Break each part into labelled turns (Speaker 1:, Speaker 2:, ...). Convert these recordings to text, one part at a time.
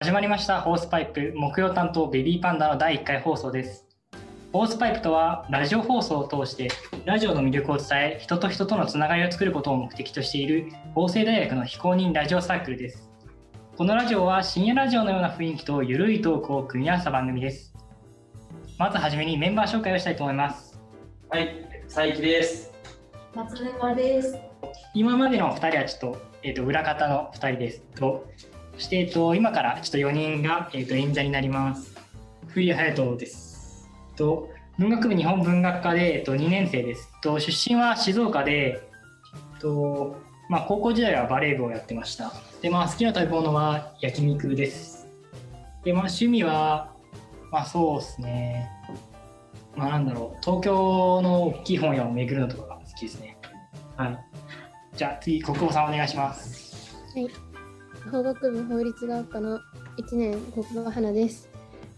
Speaker 1: 始まりましたホースパイプ木曜担当ベビーパンダの第1回放送ですホースパイプとはラジオ放送を通してラジオの魅力を伝え人と人とのつながりを作ることを目的としている法政大学の非公認ラジオサークルですこのラジオは深夜ラジオのような雰囲気とゆるいトークを組み合わせた番組ですまずはじめにメンバー紹介をしたいと思います
Speaker 2: はい、佐伯です。
Speaker 3: 松沼です。
Speaker 1: 今までの2人はちょっと,、えー、と裏方の2人ですとそして、えー、と今からちょっと4人が、えー、と演者になります冬隼人ですと文学部日本文学科で、えー、と2年生ですと出身は静岡で、えーとまあ、高校時代はバレー部をやってましたで、まあ、好きな食べ物は焼肉ですで、まあ、趣味はまあそうですねまあなんだろう東京の大きい本屋を巡るのとかが好きですねはいじゃあ次国保さんお願いします。
Speaker 4: 法学部法律学科の1年国語花です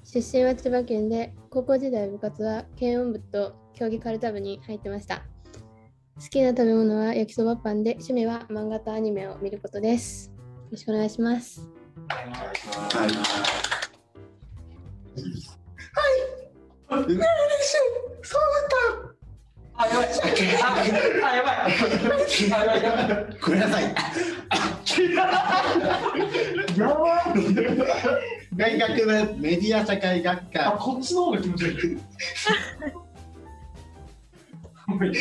Speaker 4: 出身は千葉県で高校時代部活は軽音部と競技カルタ部に入ってました好きな食べ物は焼きそばパンで趣味は漫画とアニメを見ることですよろしくお願いします
Speaker 2: はい。あ、やばい。あ、あやばい。あ、やばい。やばい
Speaker 5: ごめんなさい。
Speaker 2: やばい。
Speaker 5: 大学部メディア社会学
Speaker 2: あ、
Speaker 5: 科。
Speaker 2: こっちの方が気持ち悪い。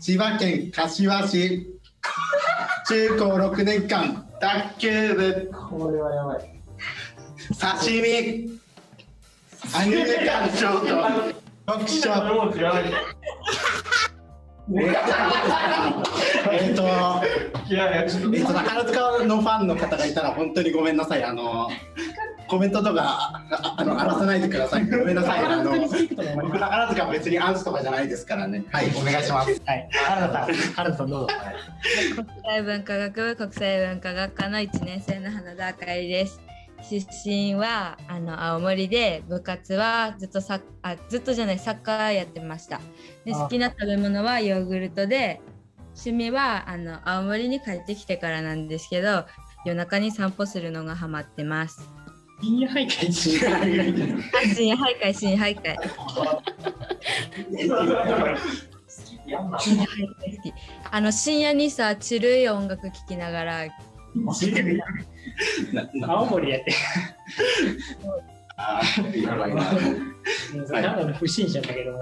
Speaker 5: 千葉県柏市。中高六年間。卓球部。
Speaker 2: これはやばい。
Speaker 5: 刺身。アニメ鑑賞と。読書。
Speaker 2: もう嫌い。
Speaker 5: えっと、
Speaker 2: いやいや、ちょっと。
Speaker 5: えっと、宝塚のファンの方がいたら、本当にごめんなさい。あの。コメントとか、ああの、荒らさないでください。ごめんなさい。あの。僕宝塚別にアンスとかじゃないですからね。はい、お願いします。
Speaker 1: はい、原田さん、原田さんどうぞ。
Speaker 6: 国際文化学部国際文化学科の1年生の花田あかりです出身はあの青森で部活はずっとサッあずっとじゃないサッカーやってましたで
Speaker 1: あ
Speaker 6: 好きな食べ物はヨーグルトで趣味はあの青森に帰ってきてからなんですけど夜中に散歩するのがハマってます
Speaker 1: 深夜徘徊し
Speaker 6: あ深夜徘徊深夜徘徊深夜徘徊好きあの深夜にさちるい音楽聴きながら
Speaker 1: 青森やって、
Speaker 5: あーやばいな。
Speaker 1: ただの不審者だけど、
Speaker 5: うん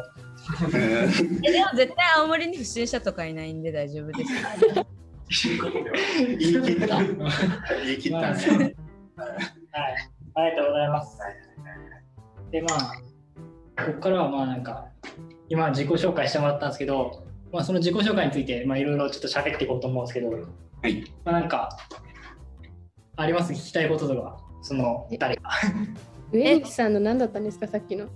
Speaker 6: えでも絶対青森に不審者とかいないんで大丈夫です。
Speaker 5: 言い切った。言い切ったね。
Speaker 1: はい、ありがとうございます。で、まあ、ここからはまあなんか、今自己紹介してもらったんですけど、まあその自己紹介について、まあいろいろちょっと喋っていこうと思うんですけど、
Speaker 5: い
Speaker 1: まあなんか、あります聞きたいこととか、その誰か。
Speaker 4: 上西さんの何だったんですかさっきの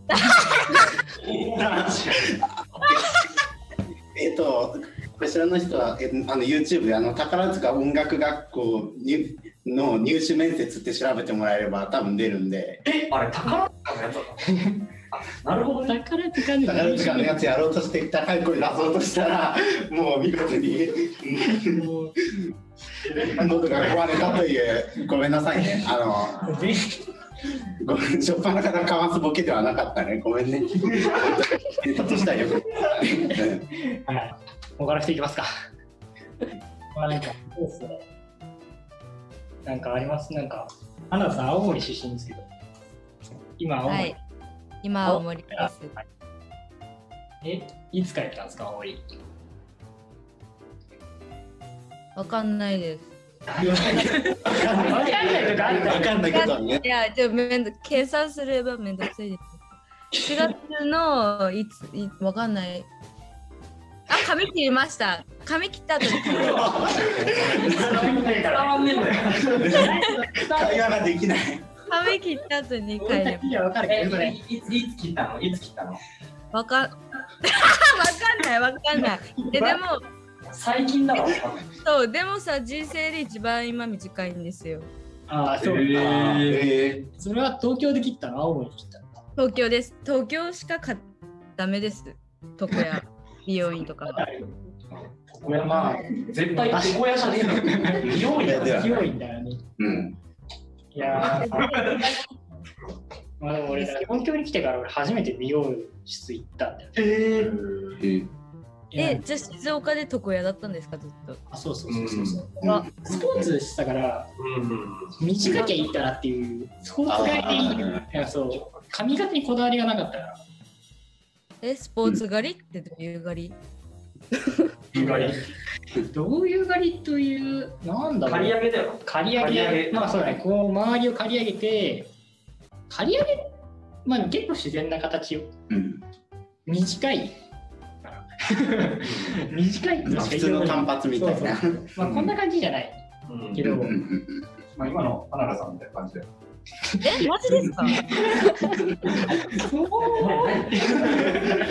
Speaker 5: えっと、こちらの人は、えあの YouTube であの宝塚音楽学校にの入試面接って調べてもらえれば多分出るんで、
Speaker 2: え、あれ、宝塚のやつだった。なるほどね。
Speaker 1: 宝塚に
Speaker 5: 宝塚のやつやろうとして高い声出そうとしたら、もう見事に
Speaker 1: もう
Speaker 5: 喉が壊れたという、ごめんなさいね。あの
Speaker 1: 全
Speaker 5: ごめん、しょっぱなからかわすボケではなかったね。ごめんね。ネタとしたらよく。うん
Speaker 1: はい。他の人いきますか。まあなんか、そうですね。なんかありますなんか、花田さん、青森出身ですけど、今、青森、
Speaker 6: はい。今青森です。
Speaker 1: え、いつ帰ったんですか、青森。
Speaker 6: わかんないです。
Speaker 1: わかんないとかある
Speaker 5: わかんないけどね。
Speaker 6: いやじゃあめんど計算すればめんどくさいです。4月のいついわかんない。あ髪切りました。髪切った後に
Speaker 2: 伝わんねえんだよ。
Speaker 5: 会話ができない。
Speaker 6: 髪切った後に帰
Speaker 1: 俺
Speaker 6: れ
Speaker 1: だけじゃわかるけど、そ
Speaker 2: え
Speaker 1: れ。、
Speaker 2: いつ、いつ切ったのいつ切ったの
Speaker 6: ば。わか んわかんないわかんない。えでも
Speaker 2: 最近だろ。
Speaker 6: そうでもさ人生で一番今短いんですよ。
Speaker 1: ああ、そう、
Speaker 5: え
Speaker 1: それは東京で切ったの青森で切ったの
Speaker 6: 東京です。東京しかかダメです。床屋美容院とかは。
Speaker 2: 床屋まあ、絶対床屋じゃねえの。美容
Speaker 5: いやでは
Speaker 2: 院
Speaker 1: 広いんだよね。
Speaker 5: うん。
Speaker 1: いやー まあでも俺だから東京に来てから俺初めて美容室行ったんだよね。
Speaker 2: ええ
Speaker 5: え
Speaker 6: え、じゃあ静岡で床屋だったんですか、ずっと。
Speaker 1: あそうそうそうそうそう、
Speaker 5: うん
Speaker 1: まあスポーツしてたから
Speaker 2: うん
Speaker 1: 短きゃいいからっていうスポーツ狩りでいいんだよいやそう髪型にこだわりがなかったから
Speaker 6: え、スポーツ狩りってどういう狩り
Speaker 2: 意外
Speaker 1: どういう狩りというなんだろう
Speaker 2: 刈り上げだよ
Speaker 1: 刈り上げ
Speaker 2: 刈り上げ
Speaker 1: まあそうだねこう周りを刈り上げて刈り上げまあ結構自然な形を
Speaker 5: うん
Speaker 1: 短い短いとし
Speaker 5: まあ
Speaker 1: か
Speaker 5: 普
Speaker 1: 言い
Speaker 5: 通
Speaker 1: ようが
Speaker 5: の単
Speaker 1: ない
Speaker 5: 発みたいな。
Speaker 1: まあこんな感じじゃないけど、
Speaker 5: うんうんうん
Speaker 7: まあ、今の花田さんみたいな感じで。
Speaker 6: え、マジですか
Speaker 2: お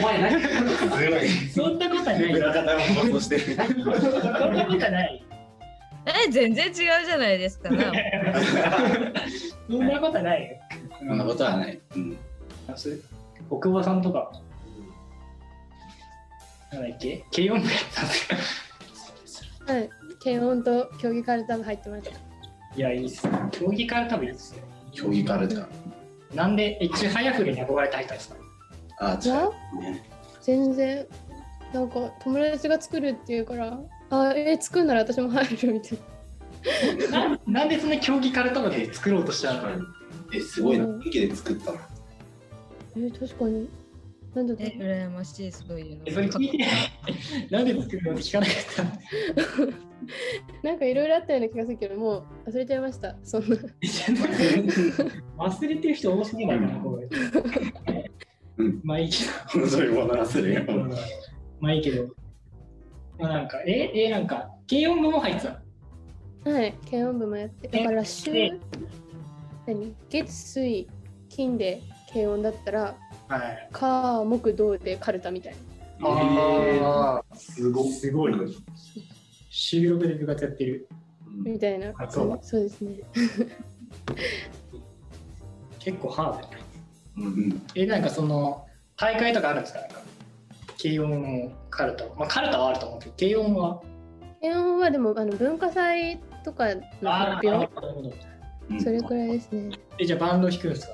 Speaker 2: 前何
Speaker 5: すごい。
Speaker 1: そんなことはないそん
Speaker 5: 裏
Speaker 1: なこ
Speaker 5: 方も放送してる。
Speaker 1: とはない
Speaker 6: え、全然違うじゃないですかな。
Speaker 1: そんなことはないよ
Speaker 5: そんなことはない。うん
Speaker 1: 小久保さんとか、なんだっけ、軽音部やったんですか。
Speaker 4: はい、検温と競技カルタ部入ってました。
Speaker 1: いや、いいっすね。競技から多分いいっすね。
Speaker 5: 競技からだ。
Speaker 1: なんで、エッチハヤフルに憧れて入ったんですか。
Speaker 4: い
Speaker 5: あ、違
Speaker 4: や
Speaker 5: う。ね
Speaker 4: 全然なんか友達が作るっていうからあえー作るなら私も入るみたい
Speaker 1: ななんでそんな競技から多分で作ろうとしたの。
Speaker 5: え、すごいな。元気で作ったの。
Speaker 4: なえー確かになんだっ
Speaker 6: え、
Speaker 4: け
Speaker 6: 羨ましい、そういう
Speaker 1: えそれ
Speaker 6: の。
Speaker 1: 聞いて。なんで作るのって聞かなかったの。
Speaker 4: なんかいろいろあったような気がするけどもう忘れちゃいましたそんな
Speaker 1: 忘れてる人多すぎないかな、こ
Speaker 5: う
Speaker 1: れ
Speaker 5: ん。
Speaker 1: まあ、いいけ
Speaker 5: そういうものはするよ。
Speaker 1: ど。まあ、いいけど。まあ、なんか、え、え、なんか、軽音部も入ってた。
Speaker 4: はい検温部もやってだから週
Speaker 1: え
Speaker 4: 何月水金で検温だったら
Speaker 1: はい。
Speaker 4: 火木土でカルタみたいな
Speaker 1: ああ、
Speaker 7: すごすごい。
Speaker 1: 収録で部活やってる。
Speaker 4: みたいな
Speaker 1: あそう
Speaker 4: そうですね
Speaker 1: 結構ハードやね。
Speaker 5: うん。
Speaker 1: え、なんかその、大会とかあるんですかなんか軽音のカルタ。まあ、カルタはあると思うけど、軽音は。
Speaker 4: 検温はでもあの文化祭とかの発
Speaker 1: なる
Speaker 4: 表
Speaker 1: ほど。
Speaker 5: うん
Speaker 4: それくらいですね
Speaker 1: え、じゃあバンド弾くんですか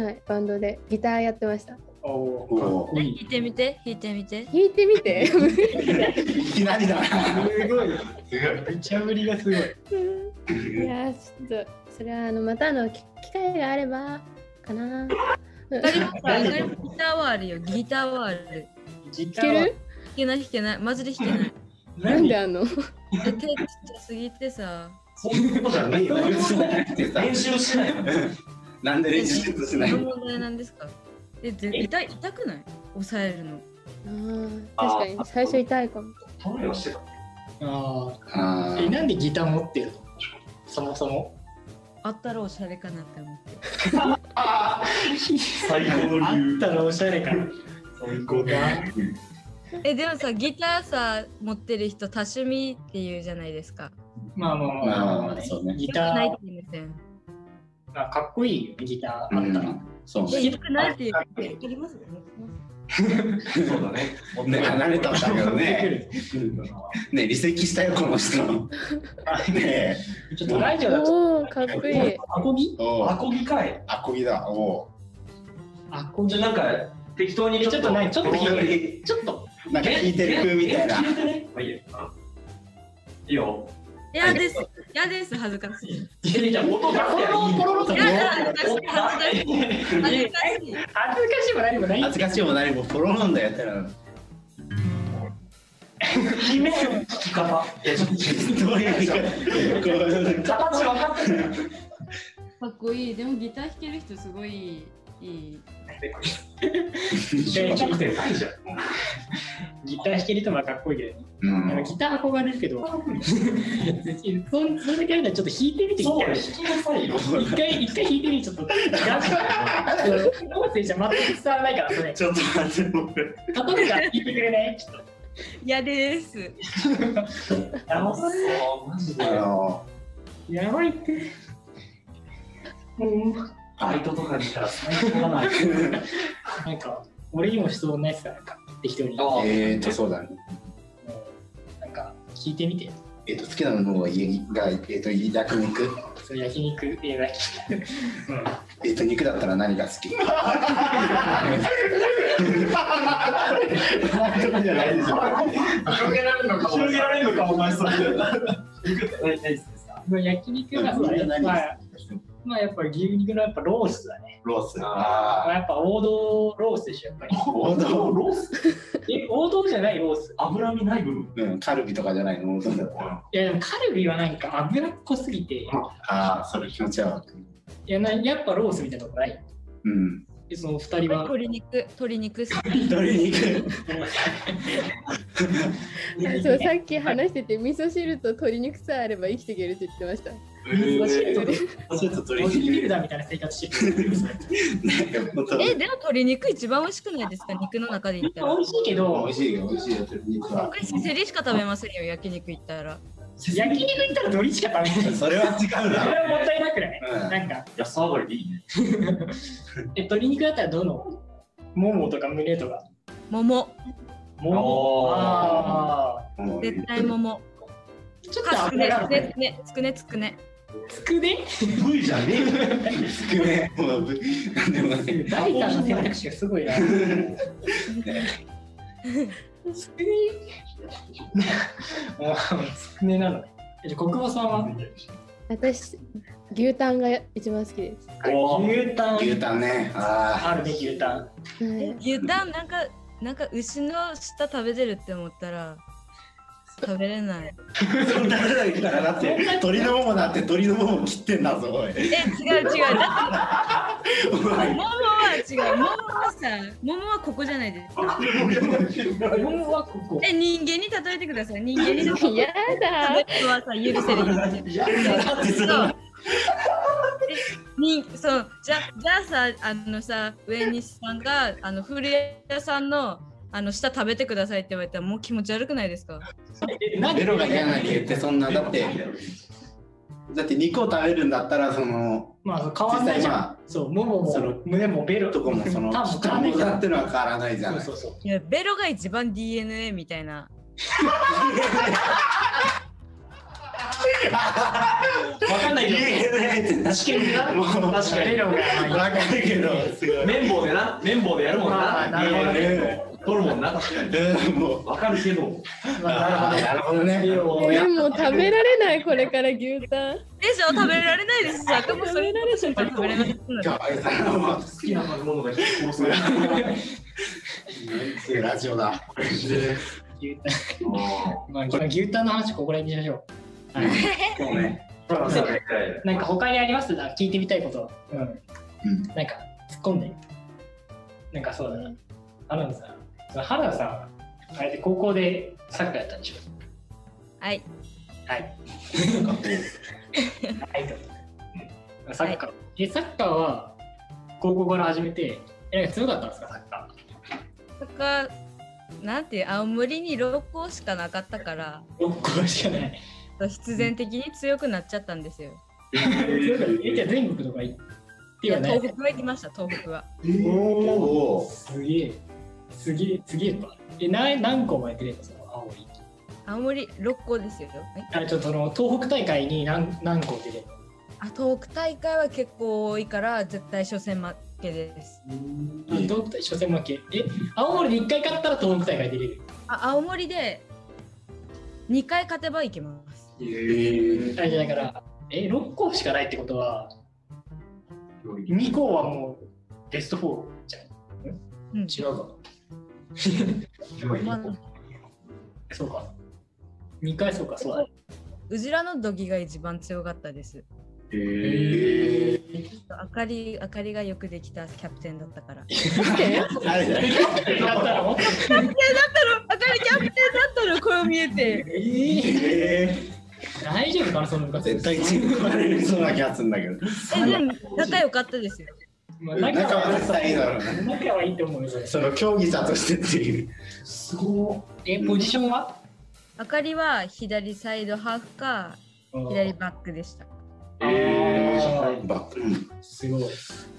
Speaker 4: はいバンドでギターやってました
Speaker 1: おお
Speaker 5: お
Speaker 1: ー、かっ
Speaker 5: お。
Speaker 1: こい
Speaker 6: 弾
Speaker 1: い。
Speaker 6: いてみて、弾いてみて。
Speaker 4: 弾いてみて
Speaker 5: いきなりだな。
Speaker 1: すごい。めちゃぶりがすごい。
Speaker 4: いやーちょっとそれはあのまたあのき機会があればかな
Speaker 6: わかりました。ギターはあるよ、ギターはある。
Speaker 1: ギタ
Speaker 4: 弾け
Speaker 1: ーは
Speaker 4: る
Speaker 6: 弾けない、弾けない、マジで弾けない。
Speaker 4: なん
Speaker 1: 何
Speaker 4: であんの
Speaker 6: え手ちっちゃすぎてさ。
Speaker 2: そんなことじゃないよ練習しない
Speaker 5: なんで練習しない
Speaker 6: 何
Speaker 5: の
Speaker 6: の問題なんですかえ、ぜ痛い痛くない抑えるの。
Speaker 4: あー確か
Speaker 2: あ
Speaker 4: に最初痛いかも
Speaker 2: 頼みはしてた
Speaker 1: あ
Speaker 5: あ
Speaker 1: あ。え、
Speaker 5: ー
Speaker 1: なんでギター持ってるのそもそも。
Speaker 6: あったらおしゃれかなって思って。
Speaker 1: あ
Speaker 2: 最高
Speaker 1: ったらおしゃれかな。
Speaker 2: 最高
Speaker 6: えでもさギターさ持ってる人多趣味っていうじゃないですか。
Speaker 1: まあまあまあ
Speaker 5: まあ
Speaker 1: まあ
Speaker 5: まあ、そうね。
Speaker 1: ギ
Speaker 6: よくないっ
Speaker 1: タ
Speaker 6: て言いません。
Speaker 1: ーがかっこいいよね、ギター
Speaker 5: う
Speaker 1: あったら。
Speaker 5: ん。そう
Speaker 6: え
Speaker 5: ね。
Speaker 6: よくないっていう。
Speaker 1: あ
Speaker 6: えあります
Speaker 2: そうだね
Speaker 5: ね、離れたんだけどね。
Speaker 1: ね
Speaker 5: ね、離席したよ、この 人。ねえ。
Speaker 1: ちょっとラジオだと
Speaker 4: おおかっこいい
Speaker 2: アコギ
Speaker 5: お
Speaker 2: ア
Speaker 5: う
Speaker 2: コギかい
Speaker 5: あこぎだ。お
Speaker 1: あこん
Speaker 2: じゃなんか適当に
Speaker 1: ちょっとねちょっと
Speaker 5: う。
Speaker 1: 弾いて
Speaker 5: ち
Speaker 1: ちょっと
Speaker 5: ょなんか聞いてる風みたい な。
Speaker 2: いいよいいよ
Speaker 6: 嫌です。嫌です。恥ずかしい。
Speaker 2: いやいや音出して
Speaker 6: 嫌だ。恥ずかしい。恥ずかしい。
Speaker 1: 恥ずかしいも何もない
Speaker 5: 恥ずかしいも何もポロロンだやったら。
Speaker 2: 姫聞き方
Speaker 5: どういうか。
Speaker 2: 形分かってる
Speaker 8: かっこいいでもギター弾ける人すごいいい
Speaker 2: 小学生ないじゃん
Speaker 1: ギター弾ける人はかっこいいけど、ね
Speaker 5: う
Speaker 1: なんか
Speaker 5: ん。
Speaker 1: ギター憧れるけどそんそれだけあるならちょっと弾いてみて
Speaker 2: そう
Speaker 1: み
Speaker 2: よ
Speaker 1: たい
Speaker 2: 聞きなさいよ
Speaker 1: 一回一回弾いてみてちょっと音声じゃ全く伝わらないからそれ
Speaker 5: ちょっと待って。
Speaker 1: 例えば弾いてくれないちょっと
Speaker 6: 嫌です。
Speaker 2: 楽しそうマジ
Speaker 5: あ
Speaker 2: で
Speaker 5: の
Speaker 1: やばいってもう
Speaker 2: バイトとかにしたら最高だな
Speaker 1: なんか俺にもしそうないっすからなんか適当に
Speaker 5: えーとそうだね。
Speaker 1: なんか聞いてみて
Speaker 5: えっ、と好きなものは家がえっ、と焼肉
Speaker 1: そう焼肉えー焼肉うん
Speaker 5: えっ、と肉だったら何が 好き？じゃないでしょ。
Speaker 2: 広げられるのか
Speaker 7: 広げられるのか、お前それ。大体です
Speaker 1: まあ、焼肉がそうだね、まあ、まあやっぱ牛肉のやっぱロースだね、
Speaker 5: ロース。
Speaker 1: ま
Speaker 7: あ
Speaker 1: あ、やっぱ王道ロースでしょやっぱり
Speaker 5: 王道
Speaker 7: ロース
Speaker 1: え王道じゃないロース
Speaker 7: 脂身ない部分。
Speaker 5: うん、カルビとかじゃないの。そうだったら
Speaker 1: いやでもカルビはなんか脂っこすぎてい
Speaker 5: ああ、それ気持ちはわかる。
Speaker 1: やなやっぱロースみたいなとこない
Speaker 5: うん。
Speaker 1: でその二人は
Speaker 6: 鶏肉、鶏肉好き。
Speaker 5: 鶏肉。
Speaker 4: そうさっき話してて味噌汁と鶏肉さえあれば生きていけるって言ってました
Speaker 5: ちょっと鶏
Speaker 1: ロジビル
Speaker 5: 肉。
Speaker 1: ダーみたいな生活してる
Speaker 5: 本当
Speaker 6: え、でも鶏肉一番美味しくないですか肉の中で言ったら。
Speaker 1: 美味しいけ
Speaker 5: 美
Speaker 1: ど
Speaker 5: 味しいよ、美味しいよ、鶏肉は。
Speaker 6: 僕せせりしか食べませんよ焼肉行ったら。
Speaker 1: 焼肉行ったら鶏しか食べない
Speaker 5: それは違う
Speaker 1: それ
Speaker 5: な。
Speaker 1: はもったいなくない、
Speaker 5: うん
Speaker 1: なんか
Speaker 7: 安上がりでいいね。
Speaker 1: え鶏肉だったらどのももとか胸とか
Speaker 6: 桃
Speaker 1: もも
Speaker 7: おー
Speaker 1: あ
Speaker 5: もう
Speaker 6: 絶対。桃。
Speaker 1: ーちょっと
Speaker 6: かつくね
Speaker 1: 脂が
Speaker 6: つくねつくねつくね。
Speaker 1: つくね
Speaker 7: V じゃ ね
Speaker 5: つくね。もう、なんでもない。
Speaker 1: 大胆な選択肢がすごいな。つくね。もうつくねなのね。じゃあ国母さんは
Speaker 4: 私牛タンが一番好きです、
Speaker 7: え。おー
Speaker 1: 牛タン。
Speaker 5: 牛タンね。あ
Speaker 1: あるね牛タン。
Speaker 4: はい、
Speaker 6: 牛タンなんかなんか牛の舌食べてるって思ったら食べれな
Speaker 5: あ。
Speaker 6: い。
Speaker 5: そんなこと言ったら、だって、鶏のももだって、鶏のもも切ってんだぞ、おい。
Speaker 6: え違う違う。だって
Speaker 5: お前
Speaker 6: 桃は違う。桃はさ桃はここじゃないですか。
Speaker 1: 桃はここ。
Speaker 6: え人間に例えてください。人間に例えて食べ
Speaker 4: やだ
Speaker 6: るのはさ許せる人間。
Speaker 5: だって、そ
Speaker 6: そ
Speaker 5: の
Speaker 6: う。にそうじゃじゃあさあのさ上西さんがあの古屋さんのあの下食べてくださいって言われたらもう気持ち悪くないですか
Speaker 1: えなん
Speaker 5: ベ
Speaker 1: で
Speaker 5: ロが嫌な理由って、そんな、だって。だって、肉を食べるんだったら、その。
Speaker 1: まあ変わんないじゃん。そう桃も
Speaker 5: その
Speaker 1: 胸もベロ
Speaker 5: とこも、その。
Speaker 1: タンも
Speaker 5: 下
Speaker 1: 絡め
Speaker 5: も
Speaker 1: る
Speaker 5: だってのは変わらないじゃ
Speaker 1: そ
Speaker 5: な
Speaker 1: う
Speaker 5: い
Speaker 1: そ。うそう。
Speaker 6: いやベロが一番 DNA みたいな
Speaker 1: わかんないけど。確かに。
Speaker 5: もう
Speaker 1: 確かにベロがまあ
Speaker 5: わかるけど、すごい。
Speaker 7: 綿棒でな、綿棒でやるもん
Speaker 1: まあ
Speaker 7: な。
Speaker 1: なるほどね
Speaker 7: 取るもんな。
Speaker 5: うん、もう。
Speaker 7: わかるけど。
Speaker 1: まあなる
Speaker 5: なるほどね。
Speaker 1: ほど
Speaker 4: え
Speaker 1: ね。
Speaker 4: もう食べられないこれから牛タン
Speaker 6: でしょ食べられないですさでも
Speaker 4: 食
Speaker 6: それ
Speaker 4: べられない
Speaker 6: 食べれない
Speaker 5: かわいさも
Speaker 7: 好きな食べ物が殺す。
Speaker 5: う、ラジオだ。
Speaker 1: 牛タン。まあ牛タンの話ここら辺にしましょう。はい。
Speaker 5: もうね。
Speaker 1: なんか他にありますな聞いてみたいこと。うん。
Speaker 5: うん
Speaker 1: なんか突っ込んで。なんかそうだな。花田さん。その花田さん、あれで高校でサッカーやったんでしょ。
Speaker 6: はい
Speaker 1: はい。はいと。うんサッカー。え、サッカーは高校から始めて、え、強かったんですか、サッカ
Speaker 6: とかなんていう青森に6校しかなかったから
Speaker 1: ー。6校しか ない。
Speaker 6: 必然的に強くなっちゃったんですよ
Speaker 1: 強かったえ、じゃあ全国とか行って
Speaker 6: いや
Speaker 1: はない。
Speaker 6: 東北は行きました東北は
Speaker 5: おお。
Speaker 1: すげえ。すげえ、すげえか。え、何何校まで出れたんですか、青い。
Speaker 6: 青森6校ですよはい
Speaker 1: あちょっとその東北大会に何何校出れる
Speaker 6: あ東北大会は結構多いから絶対初戦負けです
Speaker 1: あ東北大初戦負けえ青森で一回勝ったら東北大会出れる
Speaker 6: あ青森で2回勝てばいけます
Speaker 5: え
Speaker 1: あれだからえ6校しかないってことは2校はもうベスト4じゃ
Speaker 6: うん
Speaker 1: ん違 うか
Speaker 6: まあ
Speaker 1: そうか2回そうかそうだね
Speaker 6: うじらの土器が一番強かったです
Speaker 5: え
Speaker 6: あかりあかりがよくできたキャプテンだったからキャプ
Speaker 1: 勝ったらもっと
Speaker 6: テンだったろあかりキャプテンだったろこう見えて
Speaker 1: えー
Speaker 5: え
Speaker 1: 大丈夫かなその部活
Speaker 5: 絶対チーム組まれるそうな気がするんだけど。
Speaker 6: えでも仲良かったですよ
Speaker 1: まあ仲
Speaker 5: 仲は
Speaker 1: は
Speaker 5: 絶対いいだろうな。
Speaker 1: 仲はいいと思うよそれ
Speaker 5: その競技者としてっていう。
Speaker 1: すごいえポジションは
Speaker 6: あかりは左サイドハーフか左バックでした
Speaker 1: え
Speaker 5: バック。うん
Speaker 1: すごい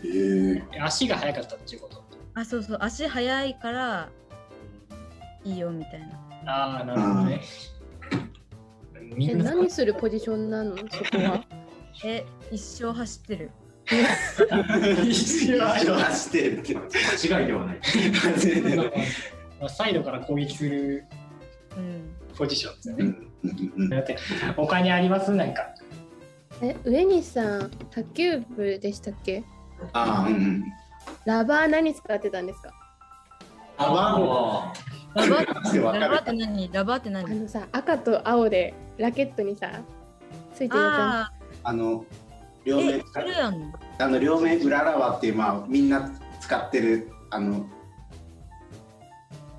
Speaker 5: え
Speaker 1: え足が速かったっていうこと
Speaker 6: あそうそう足速いからいいよみたいな
Speaker 1: ああ、なるほどね。み
Speaker 4: え
Speaker 1: んな
Speaker 4: 何するポジションなのそこは
Speaker 6: え、一生走ってる。
Speaker 5: 一応走ってるって
Speaker 7: 間違いではない。
Speaker 1: なんかまあサイドから攻撃する
Speaker 6: うん。
Speaker 1: ポジションですよ
Speaker 5: う
Speaker 1: ね。
Speaker 5: んうん
Speaker 1: だって他にありますなんか
Speaker 4: え上西さん卓球部でしたっけ
Speaker 5: あーうん
Speaker 4: ラバー何使ってたんですか
Speaker 5: あワン
Speaker 7: あ
Speaker 6: ラバー
Speaker 5: ってわか
Speaker 6: ラバー
Speaker 5: る
Speaker 6: って何ラバーって
Speaker 4: あ
Speaker 6: 何
Speaker 4: のさ赤と青でラケットにさついてるや
Speaker 6: ああ、
Speaker 5: あの両
Speaker 6: え、
Speaker 5: 面
Speaker 6: それやんの
Speaker 5: あの両面裏ラワーっていうまあみんな使ってるあの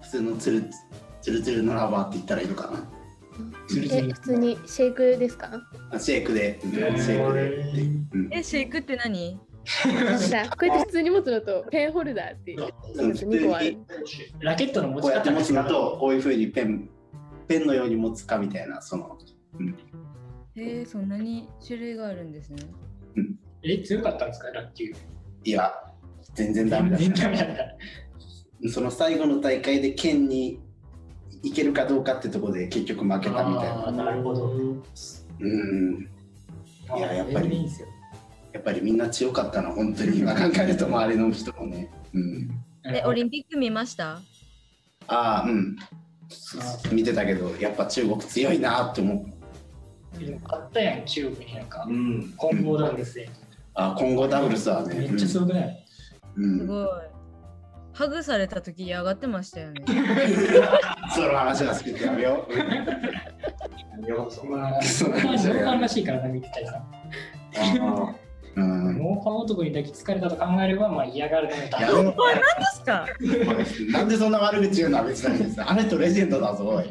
Speaker 5: 普通のつるつるつるのラバーって言ったらいいのかな
Speaker 1: ツル
Speaker 4: つ
Speaker 1: ツ
Speaker 4: え
Speaker 1: ル
Speaker 4: 普通にシェイクですか
Speaker 5: あシェイクで、うんシェイクで、うん
Speaker 6: え、シェイクって何
Speaker 4: あのさこうやって普通に持つのとペンホルダーっていう
Speaker 5: うん、普
Speaker 4: 2個あ
Speaker 5: 通
Speaker 4: る
Speaker 5: に
Speaker 1: ラケットの持
Speaker 5: こ
Speaker 1: ち
Speaker 5: うやって
Speaker 1: 方
Speaker 5: 持つのとこういうふうにペンペンのように持つかみたいなその
Speaker 6: えー、そんなに種類があるんですね。
Speaker 1: え強かったんですか卓球
Speaker 5: いや全然ダメだ
Speaker 1: 全
Speaker 5: った
Speaker 1: 然ダメだった
Speaker 5: その最後の大会で県に行けるかどうかってとこで結局負けたみたいな
Speaker 1: あーなるほど
Speaker 5: うんいややっぱり
Speaker 1: 全然いいですよ
Speaker 5: やっぱりみんな強かったな本当に今考えると周りの人もねうん
Speaker 6: え、オリンピック見ました
Speaker 5: ああうん
Speaker 1: あ
Speaker 5: 見てたけどやっぱ中国強いなって思う
Speaker 1: でも勝ったやん中国になん
Speaker 7: あ、
Speaker 1: か
Speaker 7: うん。
Speaker 1: 混合ダブルスで
Speaker 5: あ今後ダブルスはね
Speaker 1: めっちゃすごくない
Speaker 5: うん
Speaker 6: す
Speaker 5: うん
Speaker 6: ごい。ハグされた時嫌がってまし たよね。
Speaker 5: その話は好きでやめよううん
Speaker 7: ようこそ。
Speaker 1: まあ
Speaker 5: その
Speaker 1: ノ
Speaker 5: 話は
Speaker 1: ー
Speaker 5: や
Speaker 1: パン
Speaker 5: めよ
Speaker 1: らしいからな見てたりさ
Speaker 7: あ
Speaker 5: ううん
Speaker 1: ノーパン男に抱きつかれたと考えればまあ嫌がるのも多
Speaker 5: や
Speaker 1: 分
Speaker 5: めろ
Speaker 6: 確か。
Speaker 5: なんでそんな悪口言うのは別にですあの人レジェンドだぞおい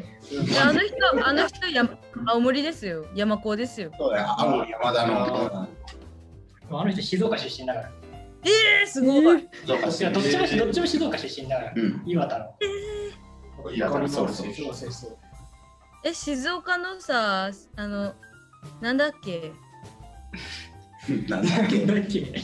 Speaker 6: あの人、あの人や、青森ですよ。山高ですよ。
Speaker 5: そうだよ青の山田の
Speaker 1: あの人静岡出身だから
Speaker 6: えー、すごい。
Speaker 5: そうか
Speaker 1: いやどっちもどっちも静岡出身だから
Speaker 5: うん
Speaker 1: 岩田の
Speaker 5: 岩田のそうそう
Speaker 1: そうそうそう
Speaker 6: え、静岡のさ、あの、なんだっけ
Speaker 5: なんだっけ
Speaker 1: どっちみたい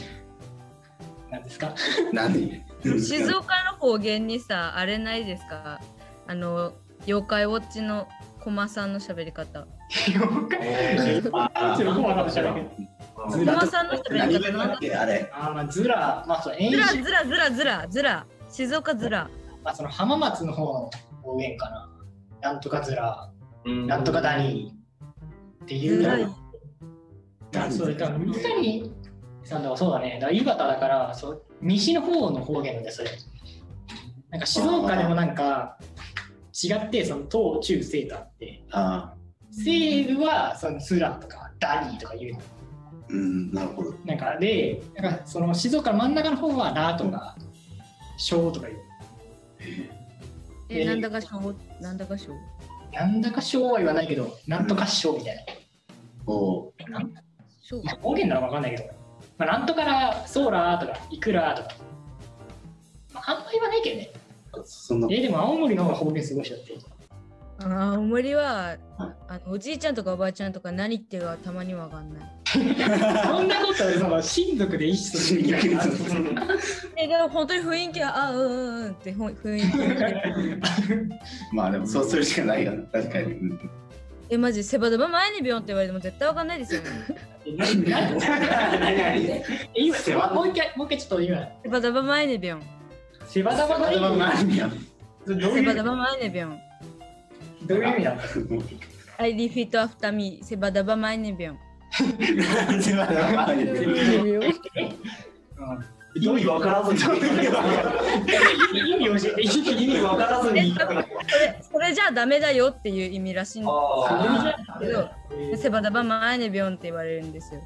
Speaker 1: ななんですか
Speaker 5: 何
Speaker 6: 静岡の方言にさ、あれないですかあの、妖怪ウォッチの駒さんの喋り方。
Speaker 1: 妖怪
Speaker 7: えー
Speaker 1: あ
Speaker 7: ず
Speaker 6: 駒さんの喋
Speaker 5: 何
Speaker 6: り
Speaker 5: が
Speaker 6: 方なん
Speaker 5: な
Speaker 6: だ
Speaker 5: んてあれ
Speaker 1: あーまあズラまあその遠
Speaker 6: ずら
Speaker 1: 州
Speaker 6: ずらずらずらずら。静岡ずら。
Speaker 1: まあその浜松の方の方言かななんとかズラ
Speaker 7: うん
Speaker 1: なんとかダニーっていう
Speaker 6: ずらい。
Speaker 5: ダニー
Speaker 1: そうだから三谷さんとかそうだねだから岩田だからそう西の方の方言なんだよそれなんか静岡でもなんか違ってその東中西とあって
Speaker 5: あ
Speaker 1: 西部はそのズラとかダニーとか言うの
Speaker 5: あうんなるほど
Speaker 1: なんかでなんかその静岡の真ん中の方はラとか小とか言う
Speaker 6: え、なんだかしょなんだかしょ
Speaker 1: なんだか小は言わないけどなんとか小みたいな
Speaker 5: おう
Speaker 6: しょ
Speaker 1: まあ方言なのか分かんないけど、まあ、なんとからソーラーとかいくらとか、まあ、あんま言わないけどね
Speaker 5: そんな
Speaker 1: えでも青森の方が方言すごいしだって
Speaker 6: ああ、おもりは
Speaker 5: はい、
Speaker 6: あのおじいちゃんとかおばあちゃんとか何言ってるかたまにわかんない。
Speaker 1: そんなことはその親族で一緒に
Speaker 5: 逆にそう
Speaker 6: え、でも本当に雰囲気は、あうんうんうんってほん雰囲気。
Speaker 5: まあでもそうするしかないよね確かにうん
Speaker 6: え、マジ、セバドバ前にビヨンって言われても絶対わかんないですよね。
Speaker 1: 今もう一回もう一回ちょっと今
Speaker 6: セバドバ前にビヨン。
Speaker 1: セバダバの意
Speaker 5: 頭の
Speaker 1: 味
Speaker 5: 前にあ
Speaker 1: どう
Speaker 6: セ
Speaker 1: い
Speaker 6: バ
Speaker 1: う
Speaker 6: ダバ前にビヨン。
Speaker 1: どういう意味なの
Speaker 5: るもう
Speaker 6: I repeat after me. セバダバ前にビヨン。
Speaker 5: 頭の前に
Speaker 4: つ見るよ
Speaker 7: 意味わからずに。
Speaker 1: 意味教えて意味
Speaker 7: 意味わからずに言いたくなる。
Speaker 6: それそれじゃダメだよっていう意味らしいんだ
Speaker 7: ああ。
Speaker 6: けど、セバダバ前にビヨンって言われるんですよ。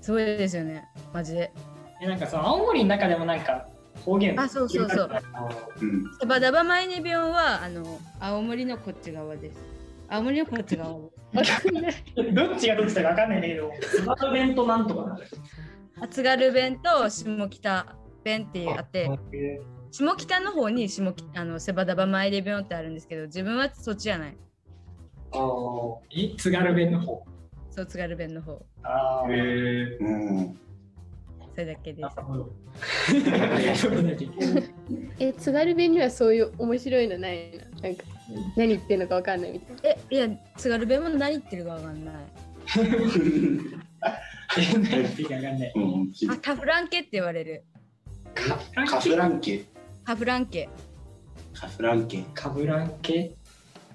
Speaker 6: すごいですよね。マジで。
Speaker 1: えなんかその青森の中でもなんか方言
Speaker 6: あそうそうそう
Speaker 5: うん
Speaker 6: セバダバマイネビョンはあの青森のこっち側です。青森のこっち側です。
Speaker 1: どっちがどっちだか分かんないんだけど
Speaker 7: スバルベンとなんとかなる。
Speaker 6: あ津軽弁と下北弁っていうあって、下北の方に下北あのセバダバマイネビョンってあるんですけど、自分はそっちじゃない。
Speaker 1: あーえ津軽弁の方
Speaker 6: そう津軽弁の方。
Speaker 1: あー
Speaker 7: へえ。
Speaker 5: うん
Speaker 6: それだけです。
Speaker 4: え津軽弁にはそういう面白いのないななんか何言ってるのかわかんないみたいな
Speaker 6: え、いや、津軽弁も何言ってるかわかんない。
Speaker 5: うん
Speaker 6: あ、カフランケって言われる。
Speaker 5: カフランケ
Speaker 6: カフランケ。
Speaker 5: カフランケ
Speaker 1: カブランケ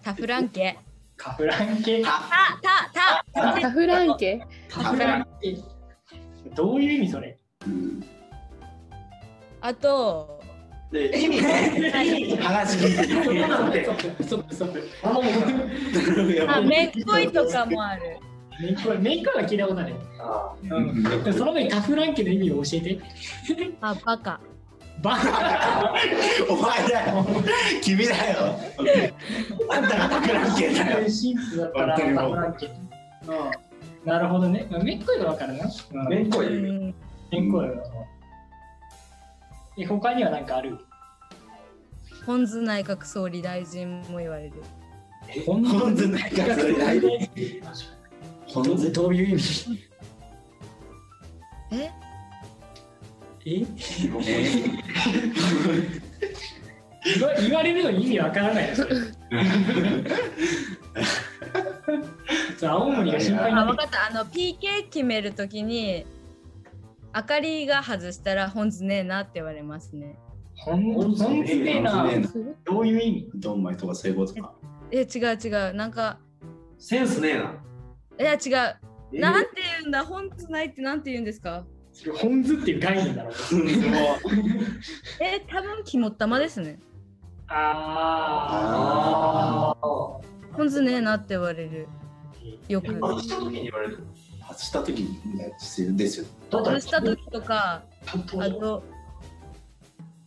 Speaker 6: タフラン ケ。
Speaker 1: カブランケ
Speaker 6: タ、タ、タ。
Speaker 4: カフランケ
Speaker 1: カブランケどういう意味それ
Speaker 5: うん
Speaker 6: あと、
Speaker 7: で、意味
Speaker 5: 話聞いてる
Speaker 1: ストップストップ
Speaker 6: あ、めっこいとかもある。
Speaker 1: メイクはメイクは聞いたことない
Speaker 7: あ
Speaker 1: うんでもその前にカフランケの意味を教えて
Speaker 6: あ、バカ。
Speaker 1: バカ
Speaker 5: お前だよ君だよあんたがカフランケだよ
Speaker 1: シンプルだからカフランケうんなるほどねまあめっこいの分かるなうん
Speaker 7: ーめんこ
Speaker 6: う
Speaker 7: い。
Speaker 6: ん。
Speaker 1: めっこいはえ他には何かある
Speaker 6: 本津内閣総理大臣も言われる。
Speaker 1: 本
Speaker 5: 本図内閣総理大臣本
Speaker 1: ど
Speaker 5: 図
Speaker 1: どういう意味
Speaker 6: え、
Speaker 1: え言わ言われるのに意味わからないよそ れそう青森が心配に
Speaker 6: あ、
Speaker 1: な
Speaker 6: わ
Speaker 1: って
Speaker 6: かった。あの PK 決めるときに、あかりが外したら本津ねえなって言われますね。
Speaker 1: きた本当本気でなどういう意味
Speaker 5: ドンマイとかそういうことか
Speaker 6: え、違う違う。なんか、
Speaker 7: センスねえな。
Speaker 6: いや違う。
Speaker 7: え
Speaker 6: なんて言うんだ、本津ないってなんて言うんですか
Speaker 1: それ本図っていう概念だろ
Speaker 6: え、多分肝っ玉ですね。
Speaker 1: あ
Speaker 7: あ
Speaker 6: 本津ねえなって言われる。よく。
Speaker 7: ー。あ、した時に言われる。
Speaker 5: 外した時にですよ
Speaker 1: どうだろ
Speaker 6: 外
Speaker 1: う
Speaker 6: した時とか、あと、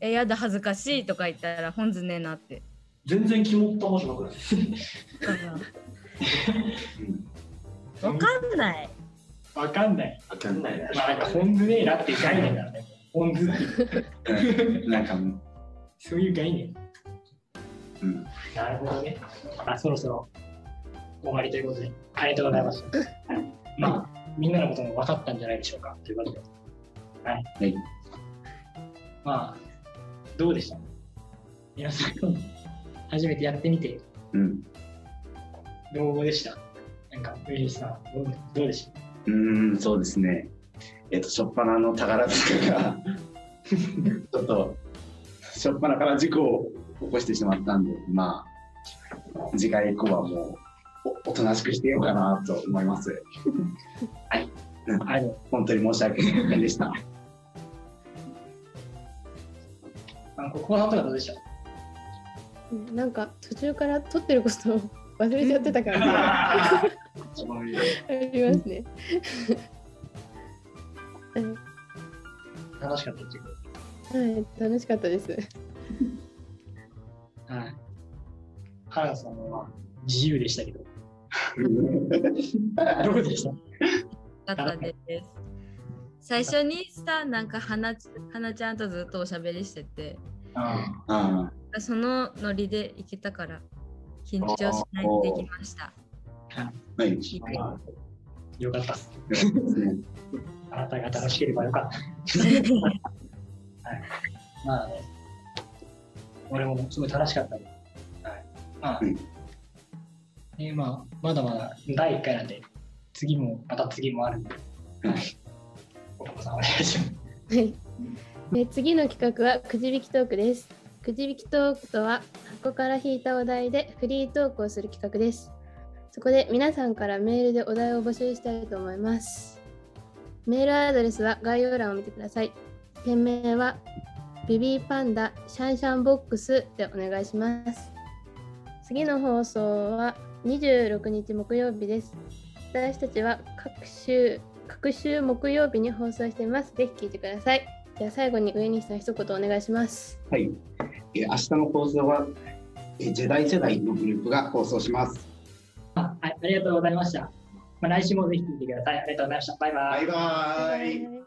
Speaker 6: え、やだ、恥ずかしいとか言ったら本津ねえなって。
Speaker 7: 全然肝ったまじゃなくない。
Speaker 6: わ
Speaker 1: わ
Speaker 6: かんない。
Speaker 1: わかんない
Speaker 5: わかんない
Speaker 1: まあなんか本図ねえなっていう概念だろうね本図っていう
Speaker 5: なんか
Speaker 1: そういう概念
Speaker 5: うん
Speaker 1: なるほどねあそろそろ終わりということでありがとうございましたまあみんなのことも分かったんじゃないでしょうかということではい、
Speaker 5: はい
Speaker 1: まあどうでした皆さん初めてやってみて
Speaker 5: うん
Speaker 1: どうでしたなんか上西さんどうどうでした
Speaker 5: うーんそうですねえっと初っ端の宝塚が ちょっと初っ端から事故を起こしてしまったんでまあ次回以降はもうおおとなしくしてようかなと思います
Speaker 1: あの
Speaker 5: 本当に申し訳ありませんでした
Speaker 1: あのここさんとかどうでした
Speaker 4: うんなんか途中から撮ってることを忘れちゃってた からね、ありますね。
Speaker 1: 楽しかったっていうこ
Speaker 4: はい、楽しかったです。
Speaker 1: とはい原田さんは自由でした けど どうでした
Speaker 6: だったです。最初にさ、なんか花ち花ちゃんとずっとおしゃべりしてて、
Speaker 1: あ
Speaker 5: あ
Speaker 6: そのノリで行けたから、緊張しないでできました。
Speaker 5: あはい
Speaker 6: いい
Speaker 1: あまあよかったっす
Speaker 5: ですね
Speaker 1: あなたが楽しければよかったまあね俺もすごい楽しかったですはいまあ
Speaker 5: うん
Speaker 1: ねまあまだまだ第1回なんで次もまた次もあるんで
Speaker 5: うん
Speaker 1: はい男さんお願いします
Speaker 4: はい。え次の企画はくじ引きトークです。くじ引きトークとは箱から引いたお題でフリートークをする企画です。そこで皆さんからメールでお題を募集したいと思います。メールアドレスは概要欄を見てください。件名はベビーパンダシャンシャンボックスでお願いします。次の放送は26日木曜日です。私たちは各週各週木曜日に放送しています。ぜひ聞いてください。じゃあ最後に上西さん一言お願いします。
Speaker 5: はい。えー明日の放送は、えー、ジェダイジェダイのグループが放送します。
Speaker 1: あはいありがとうございましたまあ来週もぜひ聞いてくださいありがとうございましたバイバイ
Speaker 5: バイバイ。
Speaker 4: イ